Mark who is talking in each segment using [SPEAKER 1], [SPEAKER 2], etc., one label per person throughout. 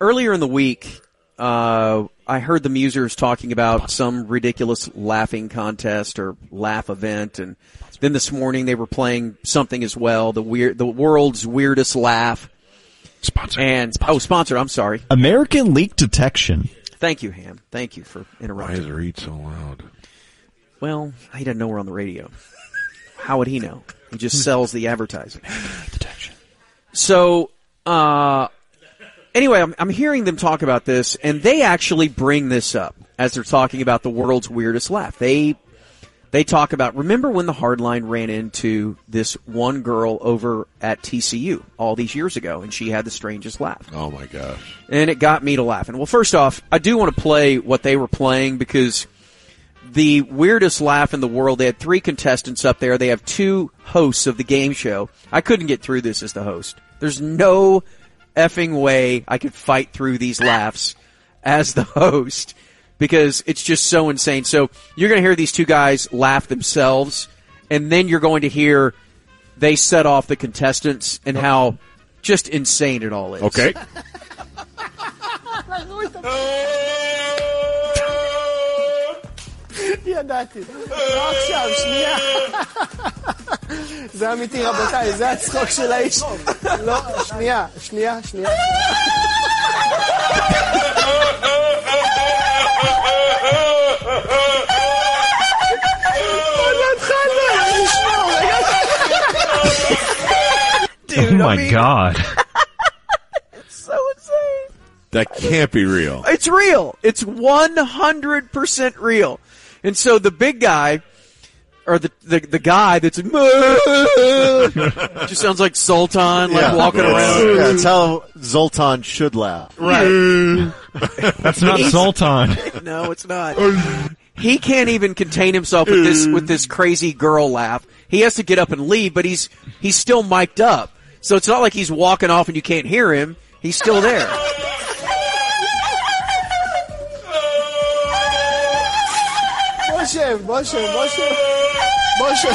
[SPEAKER 1] earlier in the week, uh, I heard the musers talking about some ridiculous laughing contest or laugh event, and then this morning they were playing something as well, the weird, the world's weirdest laugh.
[SPEAKER 2] Sponsor.
[SPEAKER 1] And oh, sponsored. I'm sorry.
[SPEAKER 3] American Leak Detection.
[SPEAKER 1] Thank you, Ham. Thank you for
[SPEAKER 2] Why
[SPEAKER 1] interrupting.
[SPEAKER 2] is her eat so loud?
[SPEAKER 1] Well, he doesn't know we're on the radio. How would he know? He just sells the advertising.
[SPEAKER 3] Detection.
[SPEAKER 1] So, uh, anyway, I'm, I'm hearing them talk about this, and they actually bring this up as they're talking about the world's weirdest laugh. They they talk about remember when the hardline ran into this one girl over at TCU all these years ago, and she had the strangest laugh
[SPEAKER 2] Oh my gosh.
[SPEAKER 1] and it got me to laughing. Well, first off, I do want to play what they were playing because the weirdest laugh in the world. They had three contestants up there. They have two hosts of the game show. I couldn't get through this as the host. There's no effing way I could fight through these laughs as the host because it's just so insane. So you're going to hear these two guys laugh themselves and then you're going to hear they set off the contestants and how just insane it all is.
[SPEAKER 2] Okay.
[SPEAKER 4] ידעתי. לא עכשיו, שנייה. זה אמיתי, רבותיי, זה הצחוק של האיש. לא, שנייה, שנייה, שנייה.
[SPEAKER 3] oh my god.
[SPEAKER 1] so insane.
[SPEAKER 2] that can't be real.
[SPEAKER 1] It's real. It's 100% real. And so the big guy, or the, the, the guy that's, just sounds like Sultan, like
[SPEAKER 5] Yeah.
[SPEAKER 1] walking around.
[SPEAKER 5] Yeah, that's how Zoltan should laugh.
[SPEAKER 3] That's not Zoltan.
[SPEAKER 1] No, it's not. He can't even contain himself with this, with this crazy girl laugh. He has to get up and leave, but he's, he's still mic'd up. So it's not like he's walking off and you can't hear him. He's still there.
[SPEAKER 4] בוא שב, בוא שב, בוא שב. בוא שב.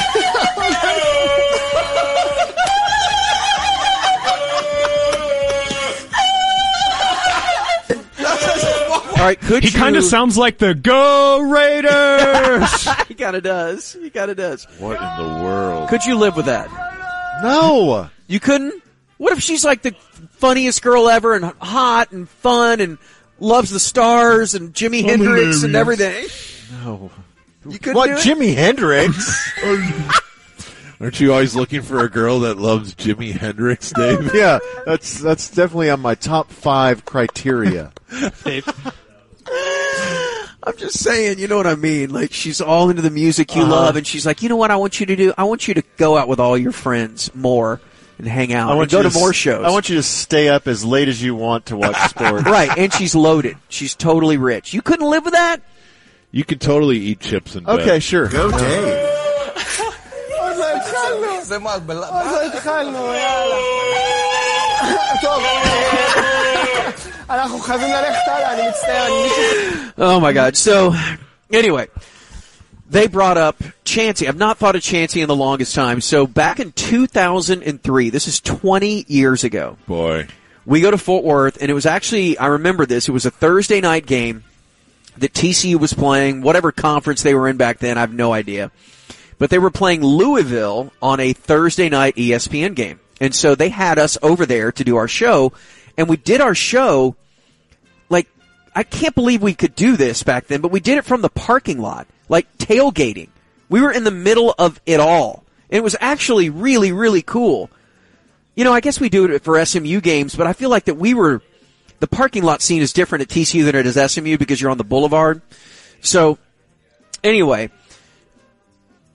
[SPEAKER 1] All right. Could
[SPEAKER 3] He
[SPEAKER 1] you-
[SPEAKER 3] kind of sounds like the Go Raiders.
[SPEAKER 1] He kind of does. He kind of does.
[SPEAKER 2] What in the world?
[SPEAKER 1] Could you live with that?
[SPEAKER 5] No.
[SPEAKER 1] You couldn't? What if she's like the funniest girl ever and hot and fun and loves the stars and Jimi Hendrix and everything? No. You couldn't
[SPEAKER 5] What,
[SPEAKER 1] do it?
[SPEAKER 5] Jimi Hendrix?
[SPEAKER 2] Aren't you always looking for a girl that loves Jimi Hendrix, Dave?
[SPEAKER 5] yeah, that's that's definitely on my top five criteria.
[SPEAKER 1] I'm just saying, you know what I mean? Like she's all into the music you
[SPEAKER 5] Uh-huh.
[SPEAKER 1] love and she's like, you know what I want you to do? I want you to go out with all your friends more and hang out
[SPEAKER 5] I
[SPEAKER 1] and
[SPEAKER 5] want
[SPEAKER 1] go
[SPEAKER 5] you
[SPEAKER 1] to,
[SPEAKER 5] s-
[SPEAKER 1] more shows.
[SPEAKER 5] I want you to stay up as late as you want to watch sports.
[SPEAKER 1] right, and she's loaded. She's totally rich. You couldn't live with that?
[SPEAKER 2] You could totally eat chips and
[SPEAKER 5] Okay, sure. Go Dave.
[SPEAKER 4] עוד לא התחלנו. עוד לא התחלנו, יאללה. טוב, אנחנו חייבים ללכת הלאה, אני מצטער, אני מישהו...
[SPEAKER 1] Oh my god. So anyway, they brought up Chansey. I've not thought of Chansey in the longest time. So back in 2003, this is 20 years ago.
[SPEAKER 2] boy.
[SPEAKER 1] We go to Fort Worth and it was actually I remember this. It was a Thursday night game that TCU was playing, whatever conference they were in back then, I have no idea. But they were playing Louisville on a Thursday night E ESPN game. And so they had us over there to do our show and we did our show like I can't believe we could do this back then, but we did it from the parking lot, like tailgating. We were in the middle of it all. And it was actually really, really cool. You know, I guess we do it for SMU games, but I feel like that we were the parking lot scene is different at TCU than it is SMU because you're on the boulevard. So anyway,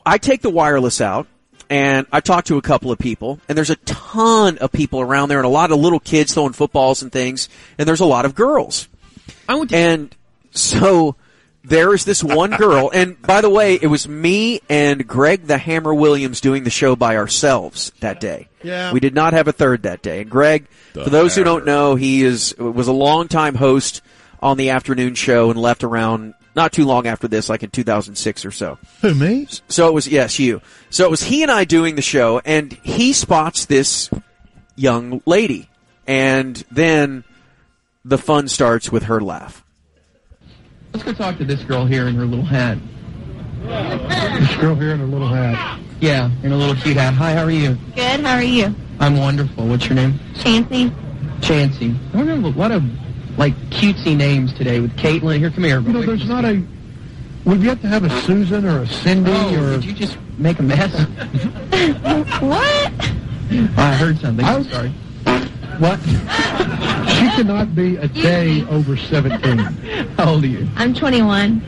[SPEAKER 1] I take the wireless out and I talk to a couple of people and there's a ton of people around there and a lot of little kids throwing footballs and things and there's a lot of girls.
[SPEAKER 6] I went to
[SPEAKER 1] And so there is this one girl, and by the way, it was me and Greg the Hammer Williams doing the show by ourselves that day.
[SPEAKER 5] Yeah.
[SPEAKER 1] We did not have a third that day. And Greg, for those who don't know, he is was a longtime host on the afternoon show and left around not too long after this, like in 2006 or so.
[SPEAKER 7] Who, me?
[SPEAKER 1] So it was, yes, you. So it was he and I doing the show, and he spots this young lady. And then the fun starts with her laugh.
[SPEAKER 6] Let's go talk to this girl here in her little hat.
[SPEAKER 7] This girl here in a little hat.
[SPEAKER 6] Yeah, in a little cute hat. Hi, how are you?
[SPEAKER 7] Good. How are you?
[SPEAKER 6] I'm wonderful. What's your name?
[SPEAKER 7] Chancy.
[SPEAKER 6] Chancy. I wonder a lot of like cutesy names today with Caitlin. Here, come here.
[SPEAKER 7] You know, there's not a.
[SPEAKER 6] Would you have to have a Susan or a Cindy
[SPEAKER 7] or-
[SPEAKER 6] Oh, Did you just make a mess?
[SPEAKER 7] what?
[SPEAKER 6] I heard something. I'm sorry. What?
[SPEAKER 7] She
[SPEAKER 6] cannot be a day over 17. How old are you?
[SPEAKER 7] I'm 21.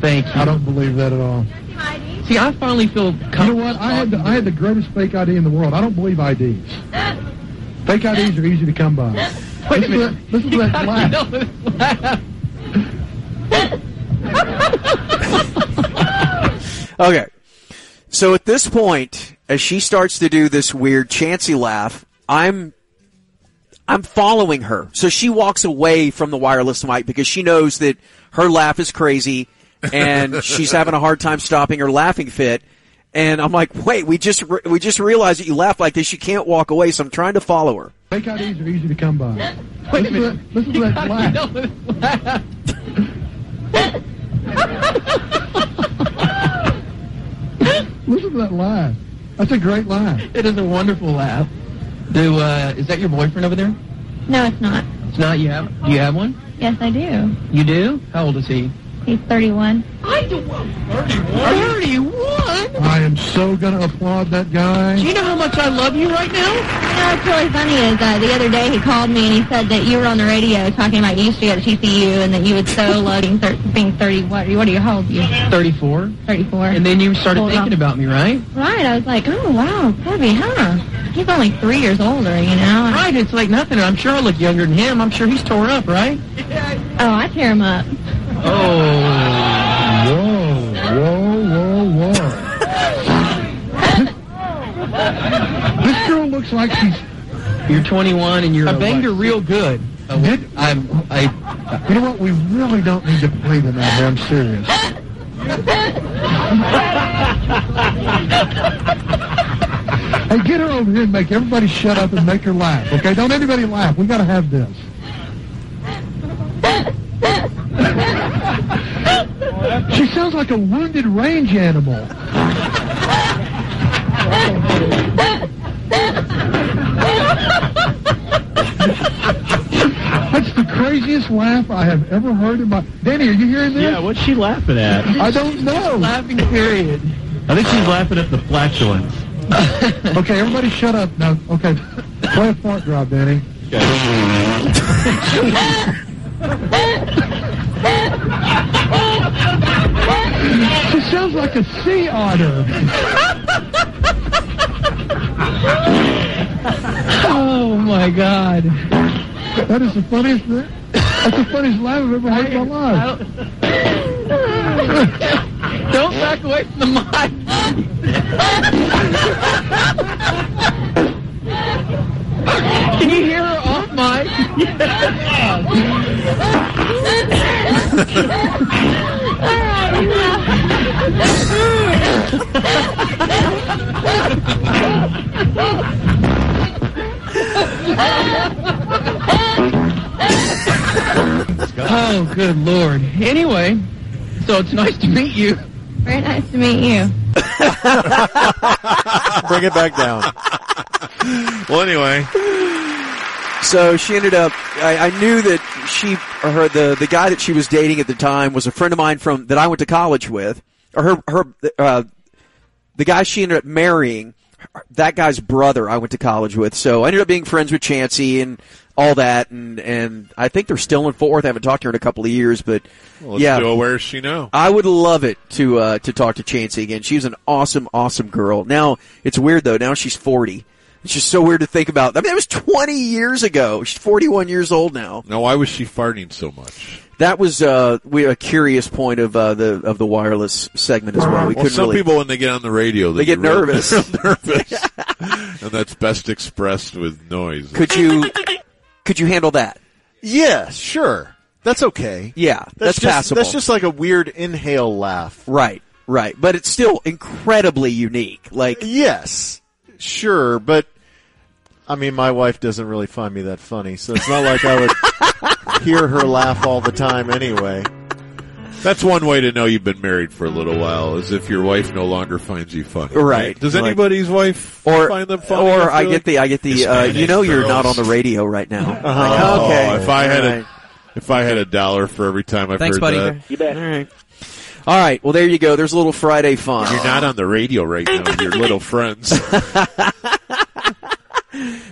[SPEAKER 6] Thank you. I don't
[SPEAKER 7] believe that at all.
[SPEAKER 6] See, I finally feel.
[SPEAKER 7] You know what? I had the, I had the
[SPEAKER 8] greatest fake ID in the world. I don't believe IDs. Fake IDs are easy to come by.
[SPEAKER 6] Wait
[SPEAKER 8] listen,
[SPEAKER 6] a minute.
[SPEAKER 8] To that, listen to
[SPEAKER 6] You
[SPEAKER 8] that
[SPEAKER 6] gotta
[SPEAKER 8] laugh.
[SPEAKER 6] know this laugh.
[SPEAKER 1] Okay. So at this point, as she starts to do this weird chancy laugh, I'm I'm following her. So she walks away from the wireless mic because she knows that her laugh is crazy and she's having a hard time stopping her laughing fit. And I'm like, "Wait, we just re- we just realized that you laugh like this. You can't walk away." So I'm trying to follow her.
[SPEAKER 8] Fake IDs are easy to come by.
[SPEAKER 6] Wait a minute.
[SPEAKER 8] listen, To that, listen to
[SPEAKER 6] You
[SPEAKER 8] that
[SPEAKER 6] gotta
[SPEAKER 8] laugh.
[SPEAKER 6] know this laugh.
[SPEAKER 8] Listen to that laugh. That's a great laugh.
[SPEAKER 6] It is a wonderful laugh. Do uh, is that your boyfriend over there?
[SPEAKER 7] No, it's not.
[SPEAKER 6] It's not. You have. Do you have one?
[SPEAKER 7] Yes, I do.
[SPEAKER 6] You do. How old is he?
[SPEAKER 7] He's 31.
[SPEAKER 6] I do. Thirty-one.
[SPEAKER 8] I am so gonna applaud that
[SPEAKER 6] Do
[SPEAKER 8] guy.
[SPEAKER 6] you know how much I love you right now?
[SPEAKER 7] You know, what's really funny is uh, the other day he called me and he said that you were on the radio talking about you used to be at TCU and that you would so love being, thir- being 30. What, what are you, how old are you?
[SPEAKER 6] Thirty-four.
[SPEAKER 7] 34.
[SPEAKER 6] And then you started
[SPEAKER 7] Hold on.
[SPEAKER 6] thinking about me, right?
[SPEAKER 7] Right. I was like, oh, wow, Kirby, huh? He's only three years older, you know?
[SPEAKER 6] Right. It's like nothing. I'm sure I look younger than him. I'm sure he's tore up, right?
[SPEAKER 7] Oh, I tear him up.
[SPEAKER 6] Oh.
[SPEAKER 8] Whoa, whoa, whoa, whoa. this girl looks like she's.
[SPEAKER 6] You're 21 and you're. I
[SPEAKER 8] banged her
[SPEAKER 6] real good.
[SPEAKER 8] Did-
[SPEAKER 6] I'm. I.
[SPEAKER 8] You know what? We really don't need to play the night. I'm serious. hey, get her over here and make everybody shut up and make her laugh. Okay? Don't anybody laugh. We gotta have this. she sounds like a wounded range animal. That's the craziest laugh I have ever heard in my. Danny, are you hearing this?
[SPEAKER 9] Yeah, what's she laughing at?
[SPEAKER 8] I don't know.
[SPEAKER 6] Laughing period.
[SPEAKER 9] I think she's laughing at the flatulence.
[SPEAKER 8] Okay, everybody shut up now. Okay, play a fart drop, Danny. She sounds like a sea otter.
[SPEAKER 6] Oh my God.
[SPEAKER 8] That is the funniest. That's the funniest laugh I've ever heard in my
[SPEAKER 6] I
[SPEAKER 8] life.
[SPEAKER 6] don't, don't back away from the mic. Can you hear her off mic? Oh, good lord. Anyway, so it's nice to meet you.
[SPEAKER 7] Very nice to meet you.
[SPEAKER 5] Bring it back down.
[SPEAKER 2] Well, anyway,
[SPEAKER 1] So she ended up. I, I knew that she or her the the guy that she was dating at the time was a friend of mine from that I went to college with, or her her uh, the guy she ended up marrying. That guy's brother I went to college with, so I ended up being friends with Chansey and all that, and and I think they're still in Fort Worth. I haven't talked to her in a couple of years, but
[SPEAKER 2] well, let's
[SPEAKER 1] yeah,
[SPEAKER 2] go where she know.
[SPEAKER 1] I would love it to uh, to talk to Chansey again. She's an awesome, awesome girl. Now it's weird though. Now she's forty. It's just so weird to think about. I mean, that was twenty years ago. She's forty-one years old now.
[SPEAKER 2] Now, why was she farting so much?
[SPEAKER 1] That was uh, we, a curious point of uh, the of the wireless segment as well. We
[SPEAKER 2] Well,
[SPEAKER 1] couldn't
[SPEAKER 2] some
[SPEAKER 1] really.
[SPEAKER 2] people when they get on the radio,
[SPEAKER 1] They get
[SPEAKER 2] real-
[SPEAKER 1] nervous.
[SPEAKER 2] nervous, and that's best expressed with noise.
[SPEAKER 1] could you could you handle that?
[SPEAKER 5] Yeah, sure. That's okay.
[SPEAKER 1] Yeah, that's,
[SPEAKER 5] that's just,
[SPEAKER 1] passable.
[SPEAKER 5] That's just like a weird inhale laugh.
[SPEAKER 1] right, right. But it's still incredibly unique. Like
[SPEAKER 5] Yes, sure, but I mean, my wife doesn't really find me that funny, so it's not like I would hear her laugh all the time anyway.
[SPEAKER 2] That's one way to know you've been married for a little while, is if your wife no longer finds you funny.
[SPEAKER 1] Right.
[SPEAKER 2] Does
[SPEAKER 1] Like-
[SPEAKER 2] anybody's wife
[SPEAKER 1] Or,
[SPEAKER 2] find them funny?
[SPEAKER 1] or
[SPEAKER 2] after
[SPEAKER 1] I get
[SPEAKER 2] that?
[SPEAKER 1] the I get the uh, you
[SPEAKER 2] Hispanic
[SPEAKER 1] know you're not on
[SPEAKER 2] girls.
[SPEAKER 1] the radio right now.
[SPEAKER 5] Uh-huh.
[SPEAKER 1] Like, okay.
[SPEAKER 2] Oh, if I had
[SPEAKER 1] Alright.
[SPEAKER 2] a if I had a dollar for every time I've
[SPEAKER 10] Thanks,
[SPEAKER 2] heard
[SPEAKER 10] buddy.
[SPEAKER 2] that,
[SPEAKER 10] You bet.
[SPEAKER 1] All right. All right. Well, there you go. There's a little Friday fun.
[SPEAKER 2] you're not on the radio right now. Your little friends.